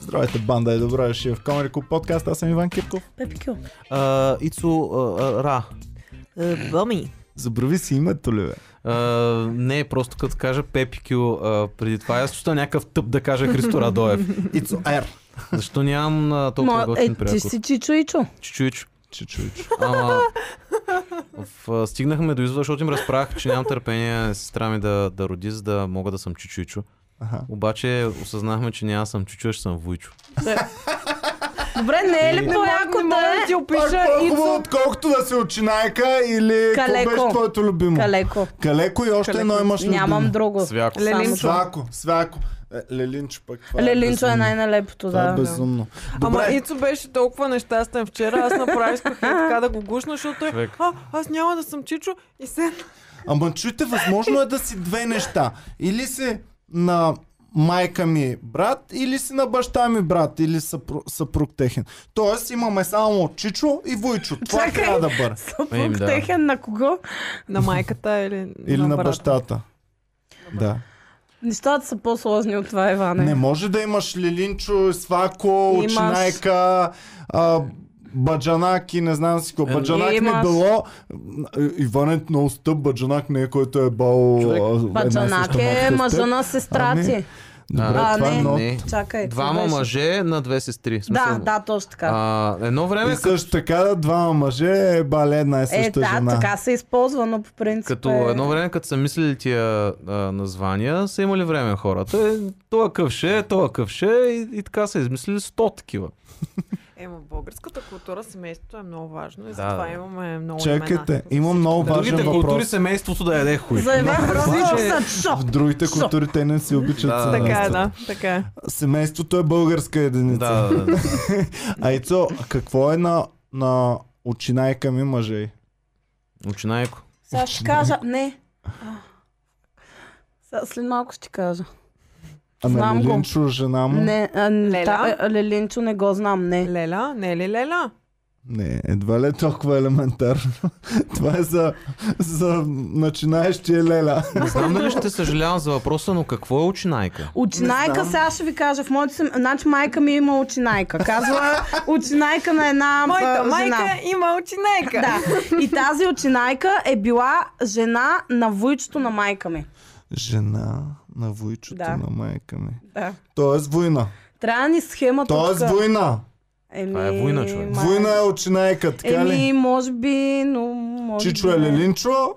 Здравейте, банда и добре дошли в Comedy Club подкаст. Аз съм Иван Кирков. Пепи Кю. А, Ицо а, а, Ра. Е, Боми. Забрави си името ли, бе? А, не е просто като кажа Пепи Кю а, преди това. Аз чувствам някакъв тъп да кажа Христо Радоев. It's air. Защо нямам а, толкова Ма, готин е, ти приятел? си Чичо и Чо. Чичуич. Че чуич. Ама... В, а, стигнахме до извода, защото им разправях, че нямам търпение сестра ми да, да роди, за да мога да съм Чичуичо. Ага. Обаче осъзнахме, че няма да съм Чичо, а ще съм Вуйчо. Добре, не е ли Не по-яко да е ти Пак опиша по-хубаво, Ицо. е отколкото да си очинайка или какво Калеко. беше твоето любимо? калеко? Калеко и още едно имаш любимо. Нямам друго. Свяко. Само Лелинчо. това. Свяко, свяко. Е, Лелинчо пък. това Лелинчо е безумно. най-налепото, Това е да. безумно. Ама Добре, Ицо беше толкова нещастен вчера, аз направих исках и така да го гушна, защото е, Човек. а, аз няма да съм Чичо и се... Ама чуйте, възможно е да си две неща. Или си на майка ми брат, или си на баща ми брат, или съпруг, съпруг техен. Тоест имаме само Чичо и Войчо. Това Чакай. трябва да бъде. Еми, Съпруг да. техен на кого? На майката или, Или на, брата. бащата. Да. Нещата са по-сложни от това, Не. Иване. може да имаш Лилинчо, Свако, Имаш. Очинайка, а, Баджанак и не знам си какво. Е, Баджанак не имаш. било... Иванет много стъп, Баджанак не е който е бал... Човек, а, една и съща Баджанак е майка с теб. мъжа на сестра Ами, ти. Добре, А, това е не. много не. Чакай. Двама беше. мъже на две сестри. В Да, смисъл, да, точно така. А, едно време, И също така да, двама мъже е бале една и Е, съща да, жена. така се използва, но по принцип Като е... едно време, като са мислили тия а, названия, са имали време хората. Е, това къвше, това къвше и, и така са измислили 100 такива. Ема в българската култура семейството е много важно и Да, затова да. имаме много Чакайте, имена. имам много В другите важен култури въпрос. семейството да яде хуй. За Иван просто Обаче- са чо. В другите Шо? култури те не си обичат Да, да, да. Така е, семейството. да, така е. Семейството е българска единица. Да, да, да. А Ицо, какво е на, на очинайка ми мъже? Учинайко. Сега ще кажа... Не. А. Сега след малко ще ти кажа. А на Знам го. Лилинчо жена му? Не, а, Леля? та- е, а, Лелинчо не го знам, не. Леля, не е ли Леля? Не, едва ли е толкова елементарно. Това е за, за начинаещия леля. Не знам дали ще съжалявам за въпроса, но какво е учинайка? Не Очинайка, знам. сега ще ви кажа. В моето сем... Значи майка ми има очинайка. Казва очинайка на една а, Моята жена. майка е- има очинейка. Да. И тази очинайка е била жена на войчето на майка ми. Жена на войчото Да. на майка ми. Да. Тоест война. Трябва да ни схема Тоест тук. война. Еми, Това е война, човек. май- Война е очинайка, така ли? Еми, може би, но може Чичо би е не. Лелинчо.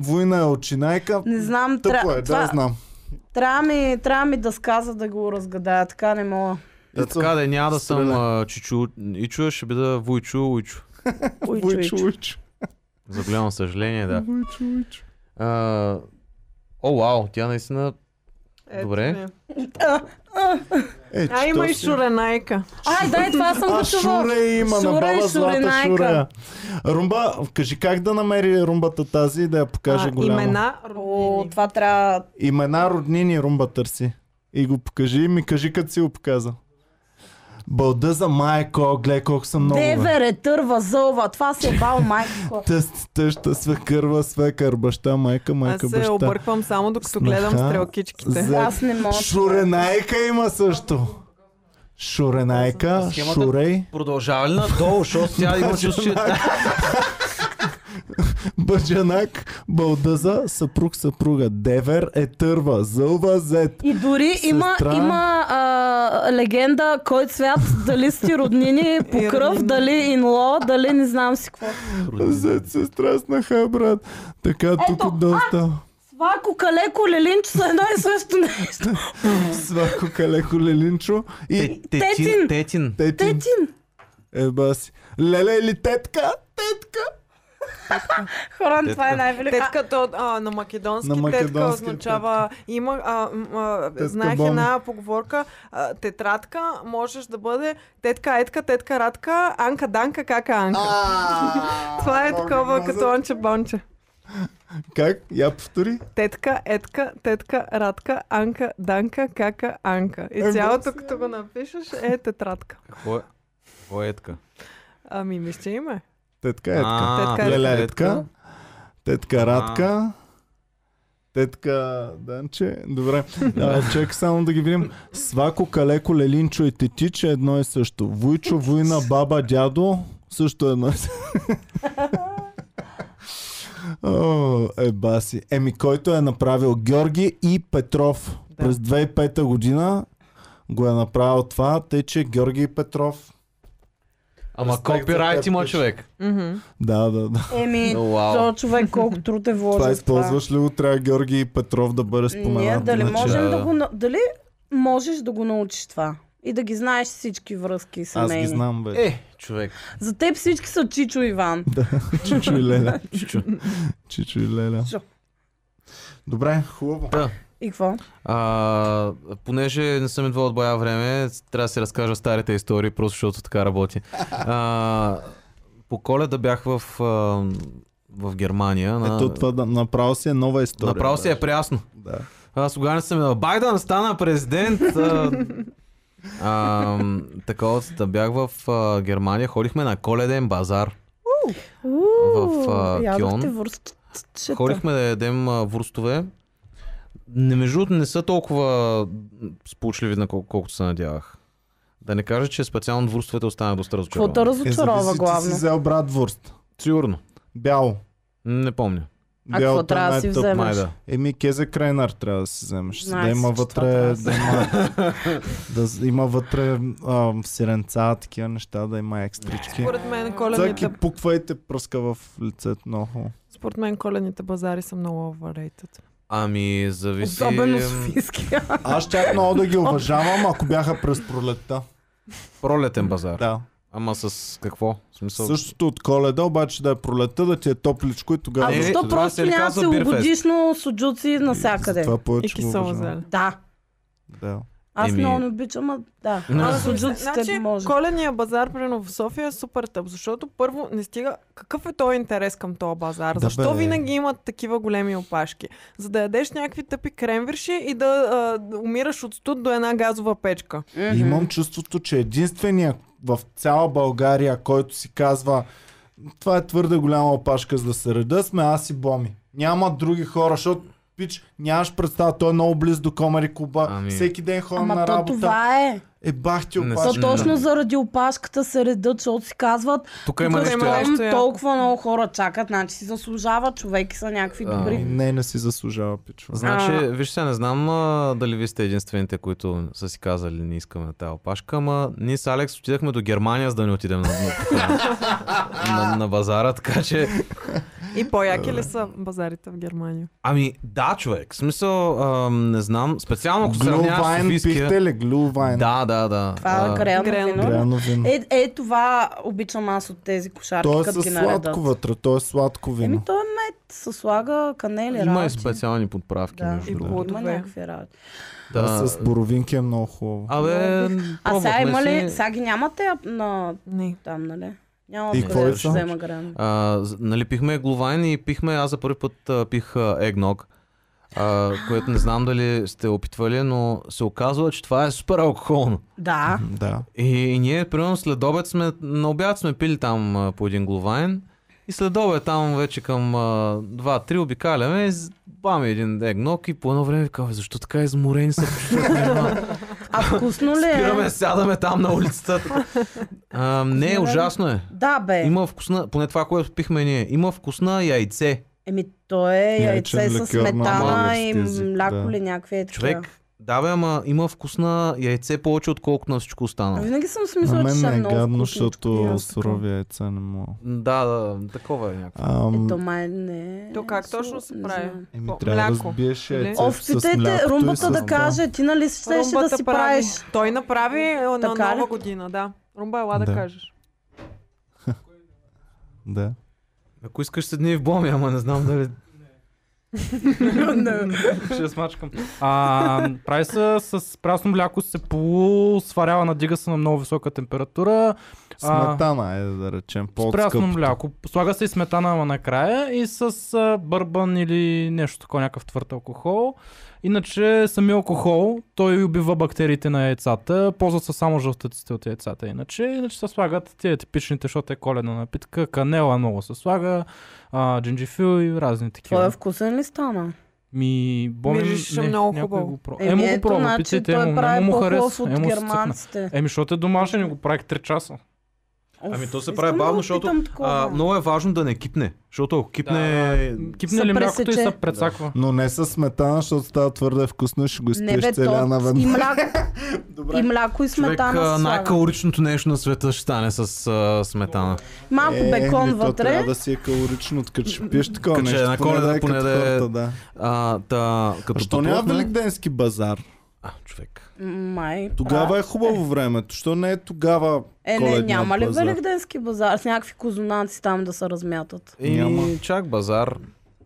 Война е очинайка. Не знам, тря... Тъпо е, да, това... знам. трябва, ми, трябва ми да сказа да го разгадая, така не мога. Е, Ицо, така да няма да съм стреляй. а, Чичу Ичо, ще бида Вуйчо Уйчо. Войчо, Уйчо, уйчо. Войчо. За голямо съжаление, да. Войчо, Войчо. А, о, вау, тя наистина... Ето Добре. ми. Е, А има и чето си. шуренайка. Ай, дай, това съм А го чувал. Шуре има на Шура и баба злата Шуренайка. Шура. Румба, кажи как да намери румбата тази и да я покаже А, голяма. Имена, О, роднини. това трябва Имена роднини румба търси. И го покажи и ми кажи като си го показа. Бълда за майко, гледай колко съм много. е. бе. Девере, търва, зълва. Това си е бал майко. Тъст, тъща, свекърва, свекър, баща, майка, Аз е майка, се баща. обърквам само докато Сноха. гледам стрелкичките. За- Аз не мога. Шуренайка има също. Шуренайка, Схемата- Шурей, Продължава ли надолу, защото тя има чувство, че... Баджанак, Балдъза, съпруг, съпруга, Девер е търва, Зълва, Зет. И дори има, Сестра. има а, легенда, кой цвят, дали сте роднини по И кръв, роднини. дали инло, дали не знам си какво. Зет се стреснаха, брат. Така а! тук доста. Свако, калеко, лелинчо са едно и също нещо. Свако калеко лелинчо и Те- Тетин. Тетин. тетин. Тетин. Еба си. Леле или тетка? Тетка. Хора, Тетка. това е най-велика. Тетка то, а, на македонски, На на македонски тетка македонски означава... Има, а, м, а, Тетка знаех Боми. една поговорка. А, тетрадка можеш да бъде тетка етка, тетка радка, анка данка, кака анка. Това е такова като онче бонче. Как? Я повтори. Тетка, етка, тетка, радка, анка, данка, кака, анка. Е, И цялото, баси. като го напишеш, е тетрадка. Какво е? Какво е така? Ами, мисля име. Тетка, етка. А, е Тетка, Леле, етка. Тетка, радка. Тетка Данче. Добре. А, чек само да ги видим. Свако, Калеко, Лелинчо и Тетиче едно и също. Вуйчо, Вуйна, Баба, Дядо също едно и също. О, е баси. Еми, който е направил Георги и Петров Да. през 2005 година го е направил това, тъй че Георги и Петров. Ама Респект за копирайт теб, има пиш. човек. Мгм. Да, да, да. Еми, Уау. то човек колко труд е вложил. Това в използваш ли го? Трябва Георги и Петров да бъде споменат. Ние, дали иначе. можем да Да. го... на- Дали можеш да го научиш това? И да ги знаеш всички връзки Аз семейни. ги знам, бе. Е, човек. За теб всички са Чичо Иван. Чичо и Леля. Чичо. Чичо и Леля. Чо. Добре, хубаво. И какво? А, понеже не съм идвал от бая време, трябва да си разкажа старите истории, просто защото така работи. А, по коледа бях в, а, в Германия. На... Ето това да, направо си е нова история. Направо си е прясно. Да. Аз тогава не съм минал. Байден стана президент. А, а, така, от- да бях в а, Германия, ходихме на коледен базар. В, а, Ядохте Кьон. връзките. Ходихме да ядем а, вурстове. Не, между другото, не са толкова м, сполучливи, на колко, колкото се надявах. Да не кажа, че специално от вурстовете останах доста Какво те разочарован. разочарова зависи, ти главно? си взел брат Вурст. Сигурно. Бяло. Не помня. А какво трябва да си най-тъп. вземеш? Май да. Еми, Кезе Крайнар трябва да си вземеш. Знаех да има си, че вътре, това трябва да да има, да с- има вътре а, сиренца, такива неща, да има екстрички. Според мен е Цъки, коледните, пуквайте пръска в лицето много. хубаво. според мен коледните базари са много overrated. Ами, зависи... Особено софийския. Аз щях много да ги уважавам, ако бяха през пролетта. Пролетен базар. Да. Ама с какво? В смисъл... Същото от коледа, обаче да е пролетта, да ти е топличко и тогава... А Е, защо това просто се ли няма казва целогодишно суджуци навсякъде? Това И повече го кисело уважавам. зеле. Да. Да. Аз Еми- много не обичам, а да. Не. А суджуците Значи, може. коледния базар, примерно в София, е супер тъп, защото първо не стига... Какъв е този интерес към този базар? Да, Защо бе. винаги имат такива големи опашки? За да ядеш някакви тъпи кремвирши и да а, умираш от студ до една газова печка. И имам чувството, че единствения в цяла България, който си казва това е твърде голяма опашка за да се реда, сме аз и Боми. Няма други хора, защото пич, нямаш представа, той е много близо до Комари Куба. Ами. Всеки ден ходим Ама на то работа. това е. Е, бах ти Не То Аз- опашка. точно заради опашката се редат, защото си казват, Тук има Тук нещо. има яко. нещо там яко. толкова много хора чакат, значи си заслужава, човеки са някакви А. Ами, добри. Не, не си заслужава, пичове. Значи, вижте, сега не знам а, дали ви сте единствените, които са си казали не искаме тази опашка, ама ние с Алекс отидахме до Германия, за да не отидем на, на, на, на базара, така че... И по-яки ли са базарите в Германия? Ами да, човек, в смисъл, а, не знам, специално ако сравняваш с Глювайн Софийския... пихте ли? Глювайн. Да, да, да. Това е А, грено Грено вино. Гряно вино. Е, е, това обичам аз от тези кошарки, То е като със ги наредат. сладко вътре, то е сладко Еми, вино. той е мед, се слага канели, Има и работи. специални подправки, е Да. между И другото. Има плодове. някакви работи. Да, Да. с боровинки е много хубаво. Абе, А сега пробвахме има ли, си. сега ги нямате а, на Не. там, нали? Няма И откъде кой да са? се взема грено. А, з- нали, пихме глувайн и пихме, аз за първи път а, пих а, егног, а, което не знам дали сте опитвали, но се оказва, че това е супер алкохолно. Да. Да. И, и ние, примерно, след обед сме, на обяд сме пили там а, по един глувайн и след обед там вече към а, 2-3 обикаляме, з- баме един егног и по едно време викаме, защо така изморени са? А вкусно ли е? Спираме, сядаме там на улицата. А, не, ужасно е. Да, бе. Има вкусна, поне това, което пихме ние, има вкусна яйце. Еми, то е Яйчен яйце с ликьор на сметана и български език, мляко да. ли някакви е Човек, да бе, ама има вкусна яйце повече, отколкото на всичко останало. Винаги съм си На мислила, че мен ще ми е е много гадно, вкусничко. защото аз така. сурови яйца не мога. Да, да, такова е някакво. Ам, Ето ами май не е. То как суро, точно се не прави? знам. Еми, Какво? трябва да Мляко, разбиеш нали? яйцето О, с питайте млякото и румбата с... да каже, ти нали щеше да Румбата си прави. правиш? Той направи а, на Така ли? нова година, да. Румба, ела да, Да. кажеш. Да. Ако искаш седни в боми, ама не знам дали Ще смачкам. А, прави се с прясно мляко, се полусварява, надига се на много висока температура. А, Сметана, е да речем. с По-скъп. прясно мляко. Слага се и сметана ама накрая и с а, бърбан или нещо такова, някакъв твърд алкохол. Иначе самия алкохол, той убива бактериите на яйцата. Ползват се само жълтъците от яйцата. Иначе, иначе се слагат тия типичните, защото е коледна напитка. Канела много се слага, а, джинджифил и разни такива. Той е вкусен ли стана? Ми, боми, Мирише не, много някой хубаво. го пробва. Емо го пробва, пиците, емо, значи прави емо му по-хубав хареса. от Емо се цъкна. германците. Еми, защото е домашен и го правих 3 часа. Оф, Ами то се искам прави да бавно, го защото, опитам такова. А, много е важно да не кипне, защото ако кипне... Кипне Се ли млякото и пресече. се прецаква. Но не с сметана, защото става твърде вкусно и ще го не бе, изпиеш то целя наведнъж. и мляко, и мляко и Човек, сметана а, се слага. най-калоричното нещо на света ще стане с а, сметана. Малко Е, бекон ми то вътре. трябва да си е калорично, така че пиеш такова Като че нещо. на поне Коледа, да е поне като да е- хората, да. А, та, като Защо няма пътувахме- великденски базар? А, човек. Май. Тогава е хубаво времето. Що не е тогава Е, не, коледният няма ли базар? великденски базар с някакви козунаци там да се размятат? Еми, Няма. чак базар.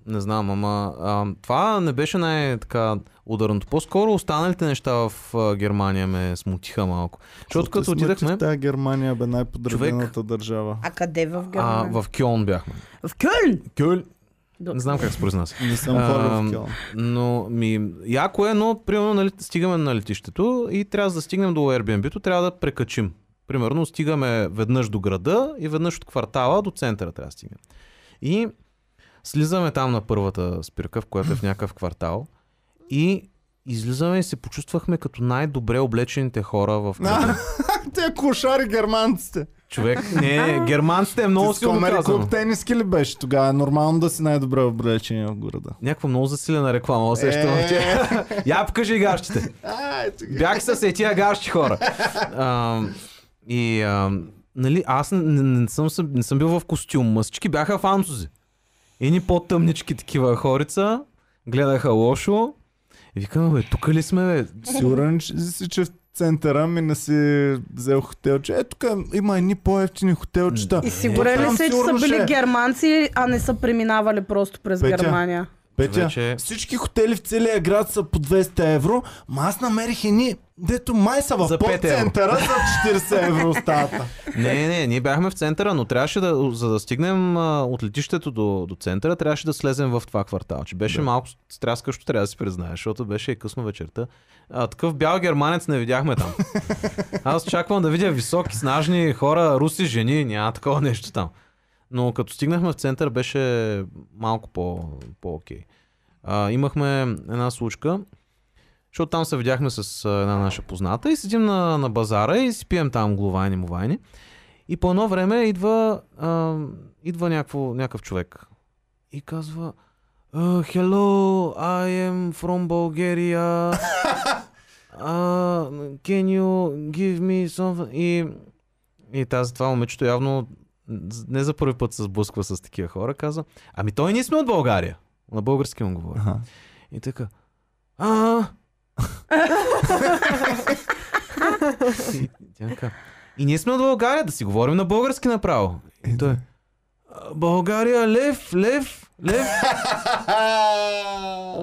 Не знам, ама а, това не беше най-така ударното. По-скоро останалите неща в а, Германия ме смутиха малко. Защото Защото като сме, че отидахме, В тази Германия бе най-подредената държава. А къде в Германия? а, в Кьон бяхме. в Кюльн! Кьон? До- Не знам как се произнася. Не съм А, ходил в Кьон. Но ми, яко е, но примерно нали, стигаме на летището и трябва да стигнем до Airbnb-то, трябва да прекачим. Примерно стигаме веднъж до града и веднъж от квартала до центъра трябва да стигнем. И слизаме там на първата спирка, в която е в някакъв квартал и излизаме и се почувствахме като най-добре облечените хора в града. Те кошари германците. Човек, не, германците е много Ти с силно Комери казано. клуб тениски ли беше тогава? Е нормално да си най-добре облечен в града. Някаква много засилена реклама, усещам. Е. че- Я покажи гащите. Ай, тук- Бях с е тия гащи хора. А, и, а, нали, аз не, не, не, съм, съ- не съм бил в костюм. Мъсички бяха французи. Едни по-тъмнички такива хорица. Гледаха лошо. И викаме, бе, тук ли сме, бе? Сигурен ли си, че в центъра ми не си взел хотелче. Е, тук има едни по-ефтини хотелчета. И сигурен ли Е, Там се, че са сигурно ще били е. германци, а не са преминавали просто през Петя. Германия? Петя, Вече- всички хотели в целия град са по 200 евро, ма аз намерих едни, дето май са За в 5 евро. подцентъра за 40 евро стата. Не, не, ние бяхме в центъра, но трябваше да, за да стигнем а, от летището до, до центъра, трябваше да слезем в това кварталче. Беше да. малко стряскащо, трябва да си признаеш, защото беше и късно вечерта. А, такъв бял германец не видяхме там. Аз очаквам да видя високи, снажни хора, руси, жени, няма такова нещо там. Но като стигнахме в център, беше малко по, по-окей. А, имахме една случка, защото там се видяхме с а, една наша позната и седим на, на базара и си пием там глувайни, мувайни. И по едно време идва, а, идва някакво, някакъв човек и казва uh, Hello, I am from Bulgaria. Uh, can you give me something? И, и тази това момичето явно не за първи път се сблъсква с такива хора. Каза, ами той ние сме от България. На български му говори. Аха. И така. А. и, тя така, и ние сме от България, да си говорим на български направо. Е, И той. «А, България, лев, лев, лев.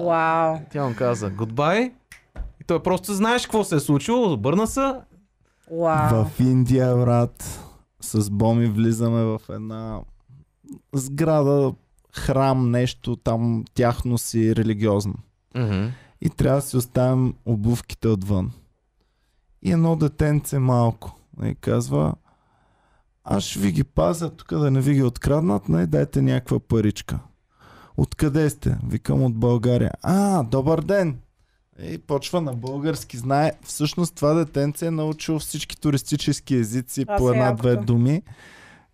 Вау. Тя му каза, goodbye. И той просто знаеш какво се е случило, обърна се. Вау. В Индия, брат, с боми влизаме в една сграда, храм, нещо там тяхно си религиозно. И трябва да си оставим обувките отвън. И едно детенце малко. И казва, аз ще ви ги пазя тук да не ви ги откраднат, не дайте някаква паричка. Откъде сте? Викам от България. А, добър ден! И почва на български. Знае, всъщност това детенце е научил всички туристически езици Това по се е една-две якото. думи.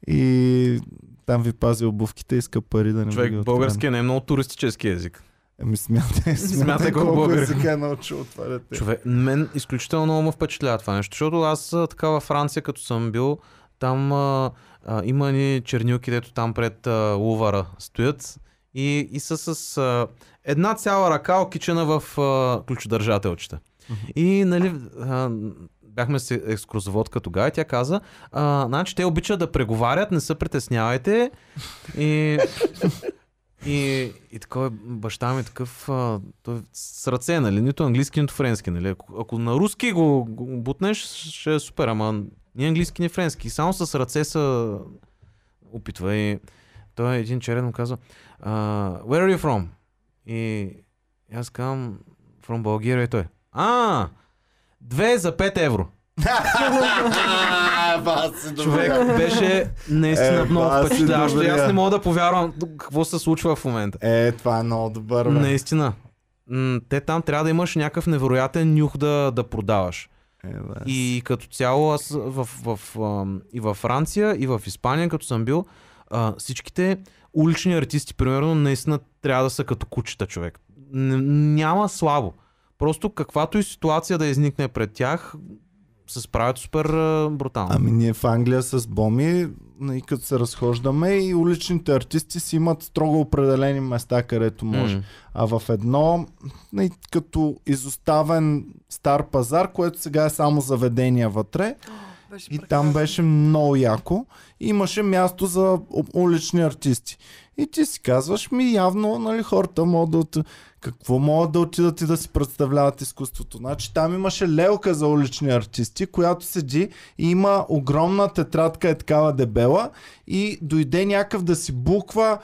И там ви пази обувките, иска пари да не ви ги Човек, открадне. български не е много туристически език. Ами смятай, смятай колко колко българи. езика е научил това дете. Човек, мен изключително много ме впечатлява това нещо, защото аз а, така във Франция, като съм бил, там а, а, има ни чернилки, дето там пред а, Лувара стоят и, и са с а, една цяла ръка окичена в а, ключодържателчета. И нали, а, бяхме с екскурзоводка тогава и тя каза, а, значи те обичат да преговарят, не се притеснявайте. И и, и такова е, баща ми е такъв, а, той е с ръце, нали, нито английски, нито френски, нали. Ако, ако на руски го, го бутнеш, ще е супер, ама ни английски, ни френски. Само с ръце са опитва и той един черен му казва, а, where are you from? И, и аз казвам, from Bulgaria и той, а, две за 5 евро. Човек беше наистина Е, ба, много си впечатляващо. и Аз добрия. не мога да повярвам какво се случва в момента. Е, това е много добър, бе. Наистина. м- те там трябва да имаш някакъв невероятен нюх да, да продаваш. Е, бе. И като цяло аз в, в, в, ам, и във Франция, и в Испания, като съм бил, а, всичките улични артисти, примерно, наистина трябва да са като кучета човек. Н- няма слабо. Просто каквато и ситуация да изникне пред тях, се справят супер а, брутално. Ами ние в Англия с Боми, и като се разхождаме, и уличните артисти си имат строго определени места, където може. М. А в едно, нали, като изоставен стар пазар, което сега е само заведение вътре, Беше и там беше много яко. Имаше място за у- улични артисти. И ти си казваш, ми явно, нали, хората могат да от... Какво могат да отидат и да си представляват изкуството? Значи там имаше лелка за улични артисти, която седи и има огромна тетрадка е такава дебела и дойде някакъв да си буква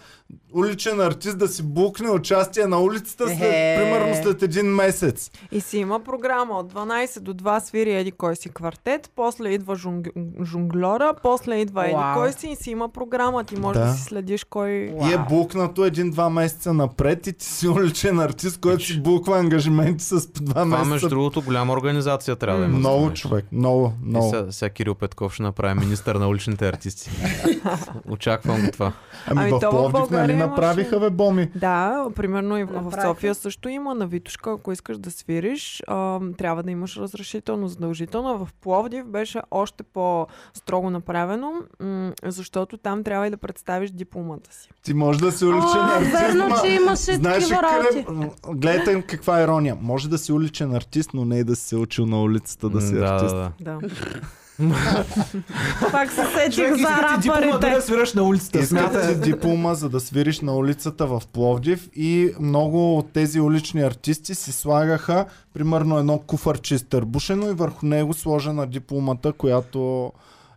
уличен артист да си букне участие на улицата след, Е. примерно след един месец. И си има програма. От 12 до 2 свири еди кой си квартет, после идва жунг... жунглера, после идва еди Вау. кой си и си има програма. Ти можеш да, Да. си следиш кой... И е букнато един-два месеца напред и ти си уличен артист, който си буква ангажименти с по два Това, месеца. между другото, голяма организация трябва да има. за това ами, Много нещо. човек, много, И много. сега, сега Кирил Петков ще направи министър на уличните артисти. Очаквам го това. Ами, Ами в то в Пловдив България нали имаше- направиха бе боми. Да, примерно и в- в Направиха. София също има на Витушка, ако искаш да свириш, а, трябва да имаш разрешително задължително. А В Пловдив беше още по-строго направено, м- защото там трябва и да представиш дипломата си. Ти можеш да си уличен А, артист. верно, ма- че имаше Знаеш ли такива къде... работи. Гледайте каква ирония. Може да си уличен артист, но не и да си се учил на улицата да си е М, да, артист. да, да. Да. Пак се сетих за рапарите. свираш на улицата. Искате ли диплома, за да свириш на улицата в Пловдив и много от тези улични артисти си слагаха примерно едно куфарче с търбушено и върху него сложена дипломата, която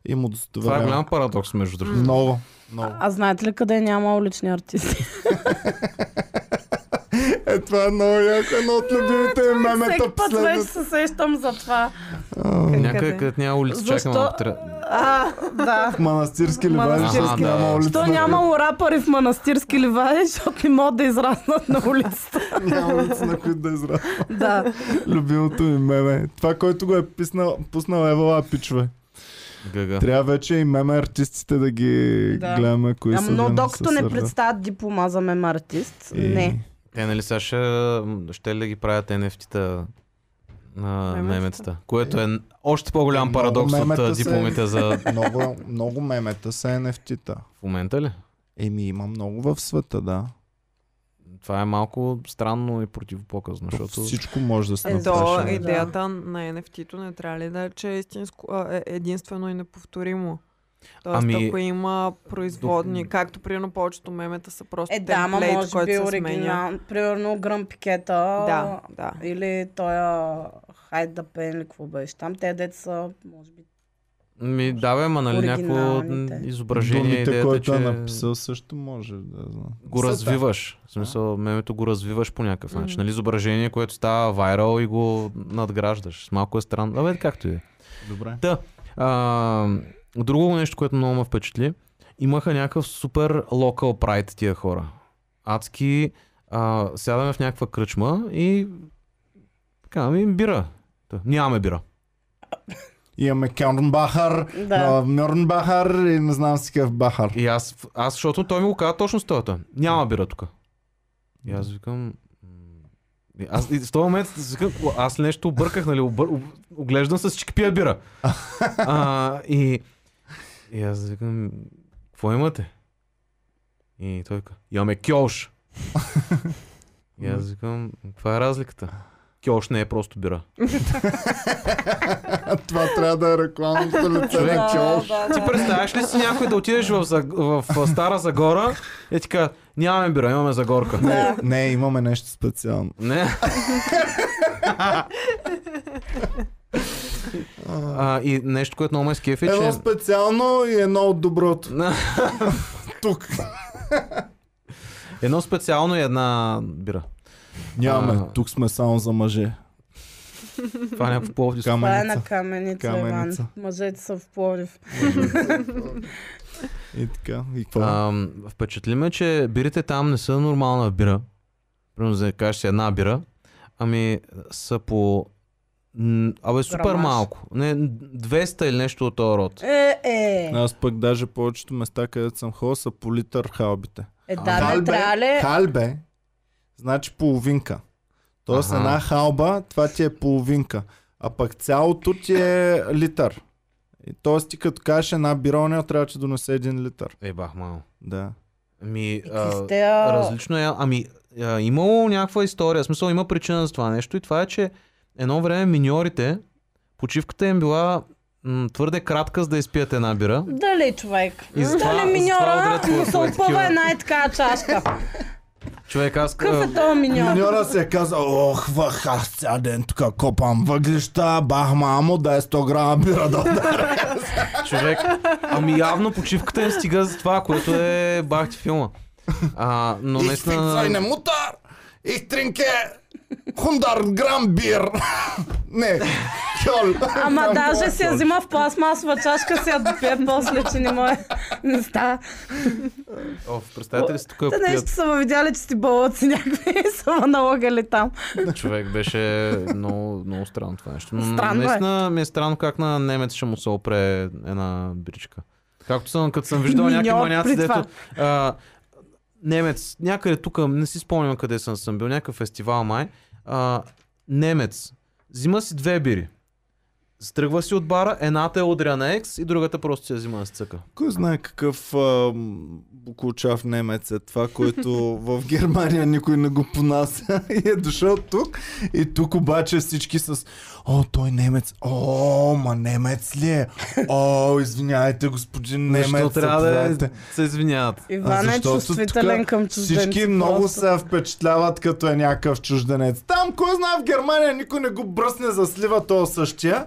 им Това е удостоверява. голям парадокс, между другото. Много, много. А знаете ли къде няма улични артисти? Е, това е много яко, едно от любимите Всеки мемета път вече последно. се сещам за това. Някъде, където няма улица, Защо? чакам ако трябва. А, да. Манастирски ливади, Манастирски. защото няма Ага, да. улица. То нямало рапъри в манастирски ливади, защото не могат да израснат на улицата. Няма улица, на които да изра. Да. Любимото ми меме. Това, който го е писнал, пуснал Евала Пичове. Гъга. Трябва вече и меме артистите да ги Да. гледаме, кои са. Ама, но да не докато се не сърдят. представят диплома за мем артист, И- не. Те нали сега ще, ще ли да ги правят NFT-та на Меметата. меметата, което е още по-голям Много парадокс от мемета а, се- дипломите за Много, много мемета са NFT-та. в момента ли? Еми, има много в света, да. Това е малко странно и противопоказно, защото... Всичко може да се Е, То Страшно е, направи. да. идеята на NFT-то не трябва ли да е, че е истинско, а, е единствено и неповторимо? Тоест, Ами- ами... ако има производни, както примерно повечето мемета са просто Е, да, ама темплейт, може който би се сменя. оригинал. Е, Примерно Гръм Пикета. Да, да. Или той Хайд да пен или какво беше. Там те деца са, може би, Ми, да бе, ма нали някакво Оригиналните. изображение, Думите, идеята, който че е написал, също може да знам. го развиваш. В смисъл, мемето го развиваш по някакъв начин. Нали, изображение, което става вайрал и го надграждаш. Малко е странно. Абе, както и да е. Добре. Та, а, друго нещо, което много ме впечатли, имаха някакъв супер локал прайд тия хора. Адски а, сядаме в някаква кръчма и така, ми бира. Та, Нямаме бира. Имаме Кернбахар, Да. Мюрнбахар и не знам си какъв Бахар. И аз, аз защото той ми го каза точно с този. тон. Няма бира тук. И аз викам... м, и Аз и в този момент си викам, «О, аз ли нещо обърках, нали? Обър... об- Оглеждам се, че пия бира. а, и, и аз викам, какво имате? И той вика, имаме кьош. и аз викам, каква е разликата? Кьош не е просто бира. Това трябва да е рекламното лице Човек, на Кьош. Ти представяш ли си някой да отидеш в, Заг- в, в Стара Загора и ти кажа, нямаме бира, имаме Загорка. Не, не, имаме нещо специално. Не. а, и нещо, което много ме скефи, че... Едно специално и едно от доброто. Тук. Едно специално и една бира. Нямаме. А. Тук сме само за мъже. Това е някакво Пловдив. това е Каменица. на каменица, Каменица. Иван. Мъжете са в Пловдив. И така. И какво? А, впечатли ме, че бирите там не са нормална бира. Примерно, за да кажеш си една бира. Ами са по... м, Абе, супер Грамаж. малко. Не, 200 или нещо от този род. Е, е. Аз пък даже повечето места, където съм ходил, са по литър халбите. Е, да, не халбе, трябва ли? халбе, значи половинка. Тоест Аха. една халба, това ти е половинка. А пък цялото ти е литър. И Тоест ти като кажеш една бирония, трябва да ти донесе един литър. Е, бах, мал. Да. Ами, Какви а, сте, а? различно е. Ами, а, имало някаква история. В Смисъл, има причина за това нещо. И това е, че едно време миньорите, почивката им била м, твърде кратка, за да изпият една бира. Дали, човек? И затова- Дали затова миньора удрят му се лъкове опъва такива. една и така чашка. Човек, аз... Какъв е а, този миньор? Миньора се е казал, ох, вахах цял ден тук копам въглища, бах мамо, дай 100 грама бира да ударя. човек, ами явно почивката им стига за това, което е бах ти филма. А, но Ich trinke наистина... seine Mutter! Ich trinke 100 е грам бир! Не, кьол. Ама даже се я взима в пластмасова чашка, се я допие после, че не може. Не става. Оф, представете ли си тук, ако Та нещо пият, са ме видяли, че си бълъци някакви и са ме налагали там. човек беше много, много странно това нещо. Но Странно е. наистина ми е странно как на немец ще му се опре една бричка. Както съм, като съм виждал някакви Миньор маняци, при дето... А, немец, някъде тук, не си спомням къде съм, съм бил, някакъв фестивал май. А, немец, взима си две бири. Стръгва си от бара, едната е удряна екс и другата просто си я взима на цъка. Кой знае какъв букулчав немец е това, който в Германия никой не го понася и е дошъл тук. И тук обаче всички с О, той немец. О, ма немец ли е? О, извиняйте, господин немец. Защо трябва да заповядайте. е- се извиняват? Иван е Защото чувствителен тука към чужденци. Всички много просто. се впечатляват като е някакъв чужденец. Там, кой знае, в Германия никой не го бръсне за слива то същия.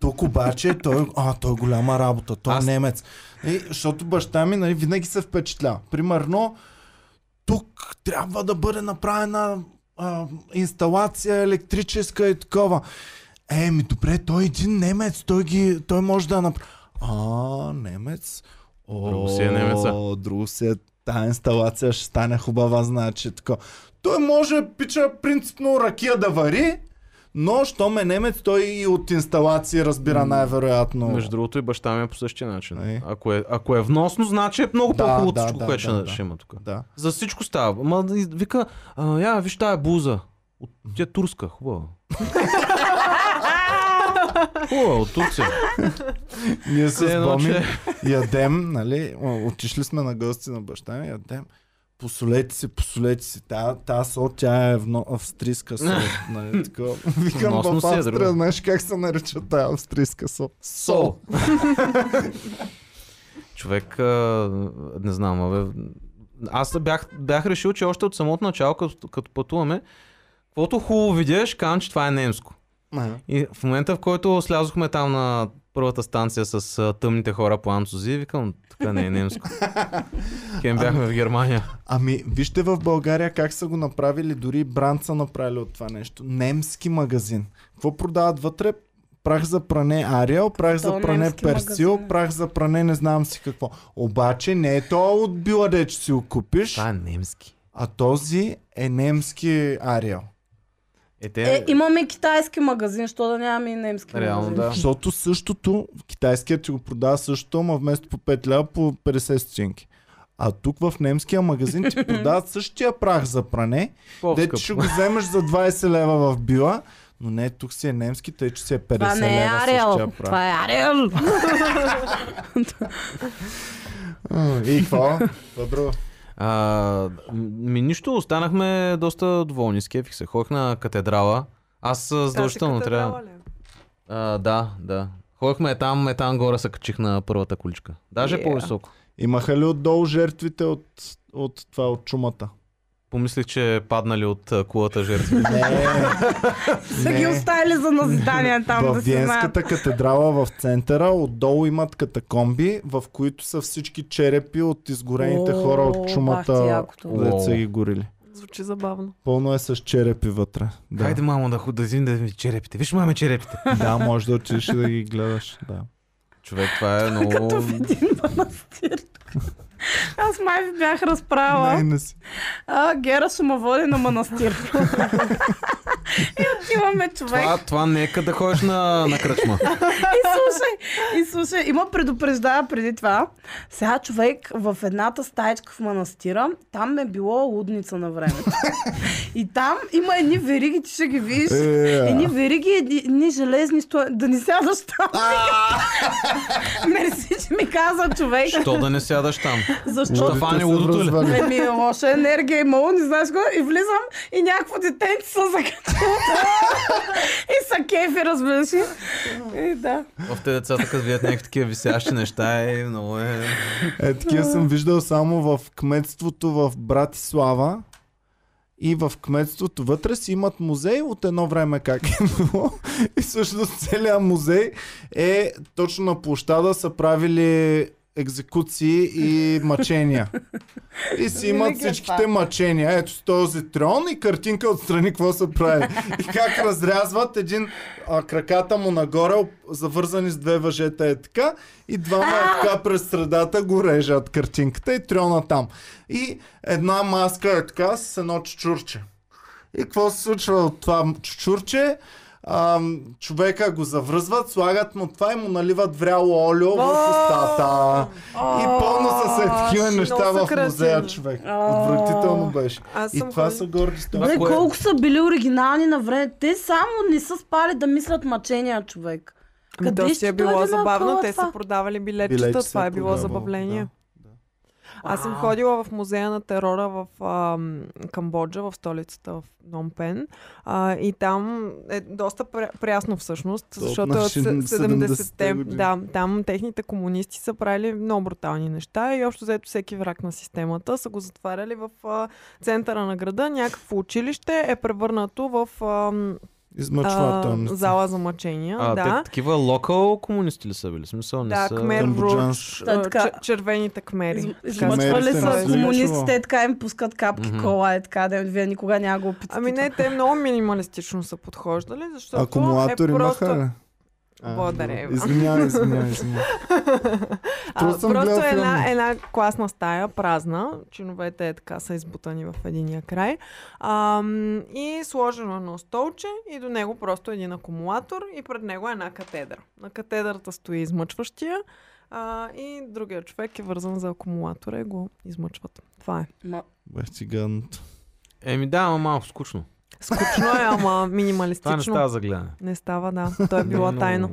Тук обаче той, а, той е голяма работа, той е Аз- немец. И, защото баща ми нали, винаги се впечатля. Примерно, тук трябва да бъде направена а, инсталация електрическа и такова. Еми, добре, той е един немец, той, ги, той може да направи. А, немец. О, Друго си е немеца. Друго си е. Та инсталация ще стане хубава, значи така. Той може, пича, принципно ракия да вари, но щом е немец, той и от инсталации разбира най-вероятно. Между другото и баща ми е по същия начин. Е. Ако, е, ако е вносно, значи е много Да, по-хубаво от да, всичко, да, което да, ще, да. ще има тук. Да. За всичко става. Ма, да и- вика, а, я, виж тая блуза. От, тя е турска, хубава. Хубава, от Турция. Ние Все с едно, Боми че- ядем, нали, о, отишли сме на гости на баща ми, ядем. Посолете си, посолете си. Та, та сол, тя е вно, австрийска сол. нали, такова. Викам в Вносно си е Австрия, друго. знаеш как се нарича тая австрийска сол? Сол. Човек, а, не знам, абе. Аз бях, бях решил, че още от самото начало, като, като пътуваме, каквото хубаво видиш, казвам, че това е немско. Ага. И в момента, в който слязохме там на първата станция с а, тъмните хора по Анцузи, викам, тук не е немско. Хем бяхме в Германия. Ами, вижте в България как са го направили, дори бранд са направили от това нещо. Немски магазин. Какво продават вътре? Прах за пране Ариел, прах за То пране немски Персил, магазин е. прах за пране не знам си какво. Обаче не е то от Биладе, че си го купиш, Това е немски. а този е немски Ариел. Е, те... Е, имаме китайски магазин, що да нямаме и немски Реално, магазин. да. Защото същото, китайският ти го продава същото, ма вместо по 5 лява по 50 стотинки. А тук в немския магазин ти продават същия прах за пране, Де ти ще по-скъпо. го вземеш за 20 лева в била, но не, тук си е немски, тъй че си е 50 Това не е лева същия Ариел. прах. Това е Ариел. М, И какво? Това друго. А, ми нищо, останахме доста доволни. Скефих се. Ходих на катедрала. Аз а, задължително трябва. е? А, да, да. Ходихме е там, е там горе се качих на първата количка. Даже Е. Yeah. по-високо. Имаха ли отдолу жертвите от, от това, от чумата? Помислих, че паднали от а, кулата жертви. Не, Са ги оставили за назидание там в да се знаят. Виенската катедрала в центъра отдолу имат катакомби, в които са всички черепи от изгорените О, хора от бах ти чумата, якото. които са ги горили. Звучи забавно. Пълно е с черепи вътре. Да. Да, Хайде, мамо, да ходи да взим да ми черепите. Виж, маме, черепите. да може да отидеш и да ги гледаш. Да. Човек, това е много... Като в един манастир. Аз май ви бях разправила. Най-не си. А, Гера ще ме води на манастир. Имаме човек. Това, това не е къде ходиш на, на кръчма. И слушай, и слушай, има предупреждава преди това. Сега човек в едната стаечка в манастира, там е било лудница на времето. И там има едни вериги, ти ще ги видиш. Е. Едни вериги, едни, едни железни стоя... Да не сядаш там. Мерси, че ми каза човек. Що да не сядаш там? Защо? Штафан е лудото ли? развали. Ме ми е лоша енергия, имало, не знаеш какво. И влизам и някакво детенце се закачило. и са кефи, разбираш. ли? И да. В те децата, като видят някакви такива висящи неща, е много е... Е, такива съм виждал само в кметството в Братислава. И в кметството вътре си имат музей от едно време как е било. И всъщност целият музей е точно на площада са правили екзекуции и мъчения. И си имат Винаги е всичките това. мъчения. Ето с този трон и картинка отстрани какво са прави. И как разрязват един а, краката му нагоре, оп- завързани с две въжета е така. И двама е така през средата го режат картинката и трона там. И една маска е така с едно чучурче. И какво се случва от това чучурче? А, човека го завръзват, слагат му това и му наливат вряло олио в устата. И пълно са се такива много неща в съкратено. музея, човек. А. Отвратително беше. Аз И съм това ходила- са горди Това стоки. Добре, кое е? колко са били оригинални на време. Те само не са спали да мислят мъчения човек. Ами Къде то ще си е било дойде на забавно, кола те това? са продавали билетчета, Билетче това се е било продавало, забавление. да, да. Аз съм Вау. ходила в музея на терора в ам, Камбоджа, в столицата в Номпен. А, и там е доста пря- прясно всъщност, То защото от от наши се- 70-те 70-те, години. да, там техните комунисти са правили много брутални неща и общо взето всеки враг на системата са го затваряли в а, центъра на града. Някакво училище е превърнато в ам, а, Измъчвателни. зала за мъчения. А, да. те такива локал комунисти ли са били? В Смисъл, не Да, са... кмер Камбоджанс. Руч, Та, така. чер- червените кмери. Из- Е, Така се Измъчвали Мерси, са мерси. комунистите, е така им пускат капки Мгм. кола, е така, да вие никога няма го опитате. Ами не, те много минималистично са подхождали, защото Акумулатори е просто... маха ли? А, Благодаря добре. ви. Извинявай, извинявай, извинявай. а, Просто съм просто гледал филма. е една, една класна стая, празна. Чиновете е така са избутани в единия край. Ам, и сложено на столче и до него просто един акумулатор и пред него е една катедра. На катедрата стои измъчващия а, и другия човек е вързан за акумулатора и го измъчват. Това е. Ма, Бех ти гадното. Еми да, ама малко скучно. Скучно е, ама Това минималистично. не става за гледане. не става, да. То е било Но- тайно.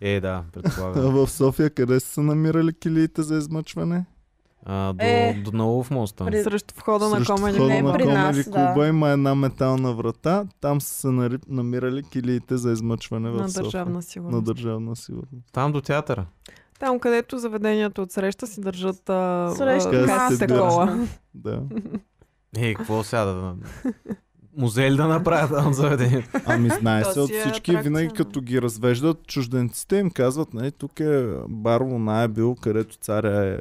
Е, да, А предполагам. в София къде са се намирали килиите за измъчване? А, до, Е. до много в моста. При- Срещу входа на Срещу Комеди е входа не, на при нас, Комеди да. клуба има една метална врата. Там са се нари- намирали килиите за измъчване на в София. държавна сигурност. На държавна сигурност. Там до театъра. Там, където заведението от среща си държат а, Среща а, нас касата е държат. кола. Да. Е, какво сега да... Музей ли да направя там заведението? Ами знае То се от си е всички, винаги атракция, да. като ги развеждат, чужденците им казват, не, тук е бар Луна е бил, където царя е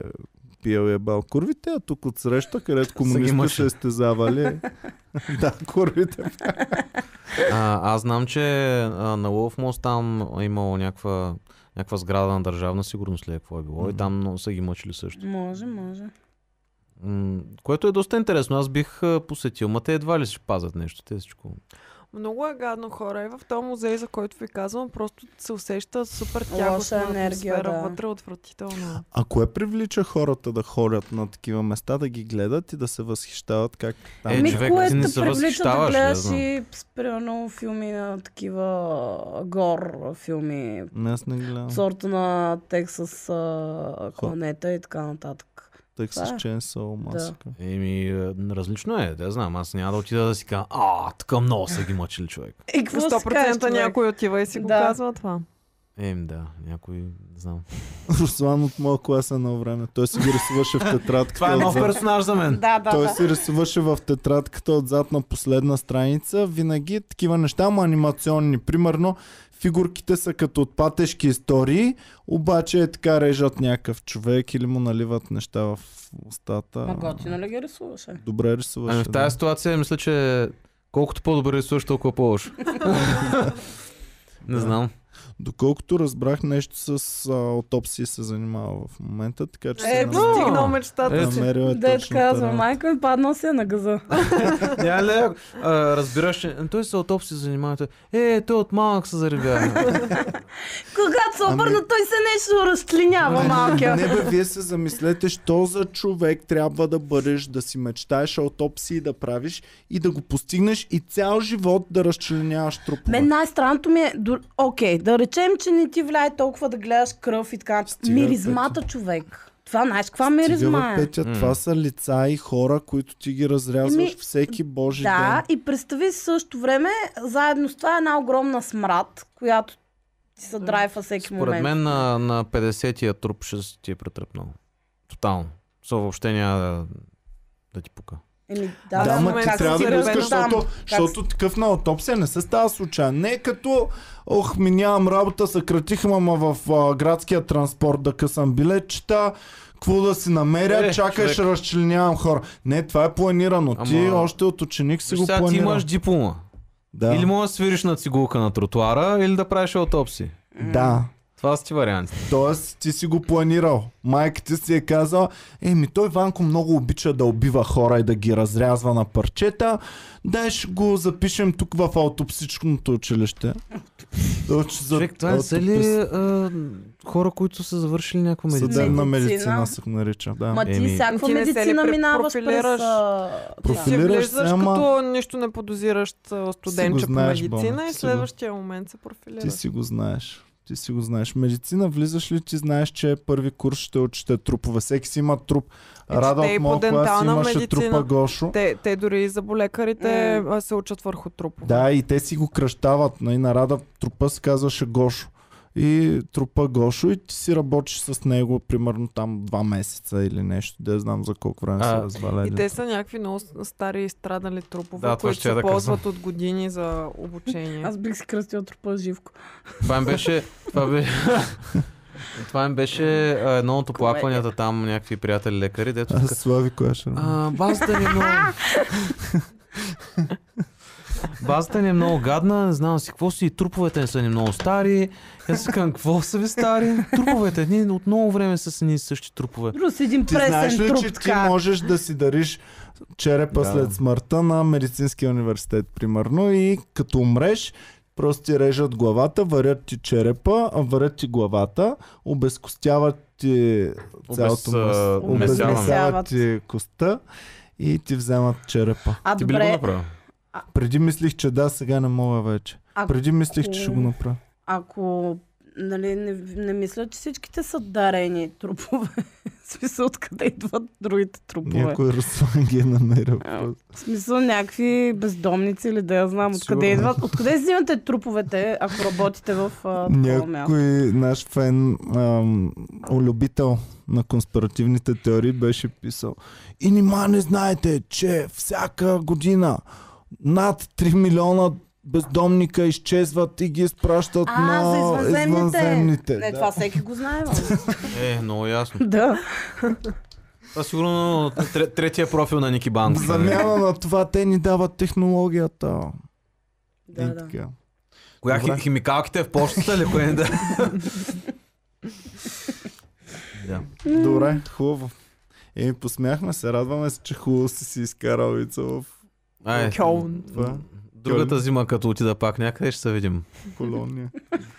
пиел и е бал курвите, а тук от среща, където комунистите мъчат. се е стезавали. да, курвите. А, аз знам, че а, на Лов мост там е имало някаква, някаква сграда на държавна сигурност ли е, какво е било. И Мгм. там много са ги мъчили също. може, може. М- което е доста интересно. Аз бих а, посетил, ма те едва ли ще пазят нещо. Те всичко. Много е гадно хора. И в този музей, за който ви казвам, просто се усеща супер Лоша тягостна енергия, енергия, да. вътре отвратително. А кое привлича хората да ходят на такива места, да ги гледат и да се възхищават как там? Е, Ми, Ами, човек, кое ти не те се привлича да възхищаваш, не гледаш знам. и с- примерно филми на такива гор филми, Не, аз не гледам. от сорта на Тексас а, кланета и така нататък. Texas това е. Chainsaw Massacre. Еми, а, различно е. Да знам. Аз няма да отида да си кажа, а, така много са ги мъчили човек. И какво си кажеш, 100% човек? някой отива и си го Да. казва това. Еми, да, някой, не знам. Руслан от моя клас едно време. Той си ги рисуваше в тетрадката. Това е нов отзад. персонаж за мен. Да, да, Той да. си рисуваше в тетрадката отзад на последна страница. Винаги такива неща, ама анимационни. Примерно, фигурките са като от патешки истории, обаче е така режат някакъв човек или му наливат неща в устата. Ма готино ли ги рисуваше? Добре рисуваше. Ами в тази да. ситуация мисля, че колкото по-добре рисуваш, толкова по-лошо. Не знам. Доколкото разбрах нещо с а, аутопсии се занимава в момента, така че Е, се бро! намерил- Стигнал мечтата си. намерил е Да, точната казвам, работа. майка ми падна си я на газа. Тя ли е? А, разбираш, ли? той се от се занимава. Той, Е, той от малък се заребя. Когато се обърна, той се нещо разтлинява Ами, малкия. Не бе, вие се замислете, що за човек трябва да бъдеш, да си мечтаеш аутопсии да правиш и да го постигнеш и цял живот да разчленяваш трупове. Мен най-странното ми е, дор- окей, да речем, че не ти влияе толкова да гледаш кръв и така. Стига, миризмата, човек. Това знаеш каква миризма Стига, бе, е? Петя, М. това са лица и хора, които ти ги разрязваш Еми, всеки божи Ами, Да, ден. и представи си също време, заедно с това е една огромна смрад, която ти се драйва всеки Според момент. мен на, на 50-тия труп ще с- ти е претръпнал. Тотално. Со въобще няма да, да ти пука. Еми, Да, да, в да, ма ти момента трябва си да го искаш, разбирам. защото, Как защото такъв на аутопсия не се става случайно. Не е като, ох, ми нямам работа, съкратихме ама в а, градския транспорт да късам билетчета, какво да си намеря, Е, е, чакай, човек. ще разчленявам хора. Не, това е планирано. Ама... Ти Ама- още от ученик си Виж го Сега ти планираш. имаш диплома. Да, Или можеш да свириш на цигулка на тротуара, или да правиш аутопси. да. Това са ти варианти. Тоест, ти си го планирал. Майка ти си е казала, еми той Ванко много обича да убива хора и да ги разрязва на парчета. Дай ще го запишем тук в аутопсичното училище. Точно за Човек, това не са ли аутопис- а, хора, които са завършили някаква медицина? Съдебна Медицина. медицина се нарича, да. Ма ти Еми. всякаква Ти не се ли медицина пре- минаваш през... профилираш? а, Профили- тя. Ти Филираш влизаш се, ама- като нищо не подозиращ а, студентче по знаеш, медицина Боми, и си го- следващия момент се профилираш. Ти си го знаеш. Ти си го знаеш. Медицина, влизаш ли, ти знаеш, че първи курс ще учите трупове. Всеки си има труп. Е, че Рада те и от по моят клас дентална имаше медицина. трупа Гошо. Те, те дори и заболекарите а, се учат върху трупове. Да, и те си го кръщават. нали, На и на Рада трупа се казваше Гошо. И трупа Гошо и ти си работиш с него примерно там два месеца или нещо. Да знам за колко време А, са разваляли. И те са някакви много с- стари и страдали трупове, Да, това които ще я се да ползват от години за обучение. Аз бих си кръстил трупа Живко. Това им беше... Това беше... Това им беше а, едно от оплакванията там, някакви приятели лекари, дето А, така, Слави, коя ще а... А, базата ни е много... базата ни е много гадна, не знам си какво си, и труповете не са ни много стари. И Аз си казвам, какво са ви стари? Труповете, ние от много време са си ни същи трупове. Рус един Ти пресен знаеш ли, труп, че ти така. можеш да си дариш черепа Да. да. след смъртта на медицинския университет, примерно, и като умреш, просто ти режат главата, варят ти черепа, а варят ти главата, обезкостяват ти цялото Обез- мъс... обезмесяват. обезмесяват ти коста и ти вземат черепа. А Ти би ли го добре, направил? Преди мислих, че да, сега не мога вече. А- е? Преди мислих, че ще го направя. ако нали, не, не мисля, че всичките са дарени трупове. В смисъл, откъде идват другите трупове? Някой Руслан ги е намерил. А, просто. В смисъл, някакви бездомници или да я знам. Откъде Сигурно. идват? Откъде взимате труповете, ако работите в а, такова място? Някой наш фен, ам, любител на конспиративните теории, беше писал И нима не знаете, че всяка година над 3 милиона бездомника изчезват и ги изпращат А, на за извънземните. извънземните. Не, Да. това всеки го знае. бе. Е, много ясно. да. Това е сигурно тре- третия профил на Ники В Банкс. замяна на това те ни дават технологията. Да, и да. така. Коя Добре. хи- химикалките в почтата ли? Кое да? Да. Добре, хубаво. Еми, посмяхме се, радваме се, че хубаво си си изкарал Ица в Ай, Кьолн. Това е. Другата Кьолн. зима, като отида пак някъде, ще се видим. колония.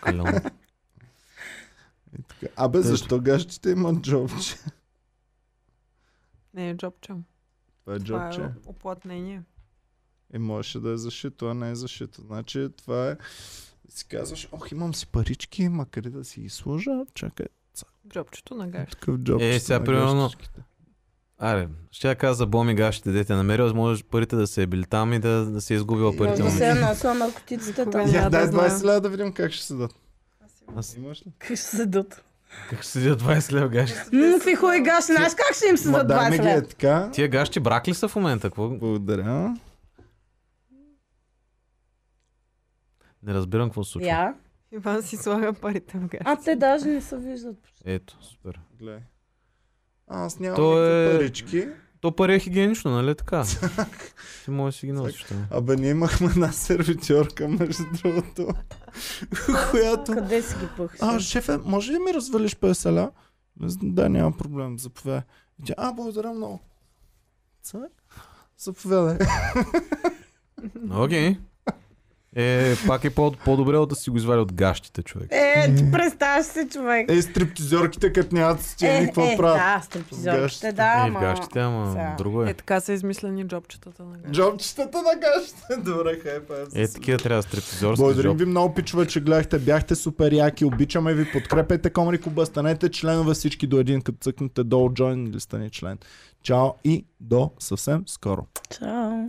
Калон. И така. Абе, Тъжно. защо гащите имат джобче? Не е джобче. Това е Това е джобче. оплътнение. И можеше да е защита, а не е защита. Значи това е... Си казваш, ох, имам си парички, ма къде да си ги сложа? Чакай, Джобчето на гащ. такъв джобче. Е, сега примерно- Аре, ще я кажа за Боми гащите, дете намерил, може парите да се е били там и да, да се е изгубила Може парите. да му. се е носила наркотиците там. Няма Я, Ами да дай знам. 20 лева да видим как ще седат. Аз Имаш ли? Как ще седат? как ще седя 20 лева гащи? М, фихо и гаш, знаеш как ще им Ма седат дай ми 20 ги е лет? така. Тия гащи брак ли са в момента? Какво? Благодаря. Не разбирам какво се случва. Я. Иван си слага парите в гащ. А те даже не се виждат. Ето, супер. Гледай. А, Аз нямам То никакви е- парички. То пари е хигиенично, нали така? Ти може да си ги носиш. там. Абе, ние имахме една сервитьорка, между другото. която... Къде си ги пъхаш? А, шефе, може ли ми развалиш 50 ля? Не знам, Да, няма проблем, заповядай. И Тя, а, благодаря много. Цай? Заповядай. Окей. Е, пак е по- по-добре от да си го извади от гащите, човек. Е, ти представяш се, човек. Е, стриптизорките, като нямат стени, какво е, правят? да, стриптизорките, гащите. да, е, в ама... гащите, ама сега. друго Е, е. така са измислени джобчетата на гащите. Джобчетата на гащите. Добре, хайпа. Е, такива трябва стриптизорски Благодарим джоб. ви много, пичове, че гледахте. Бяхте супер яки. Обичаме ви. Подкрепете Комри Куба. Станете членове всички до един, като цъкнете долу join или стани член. Чао и до съвсем скоро. Чао.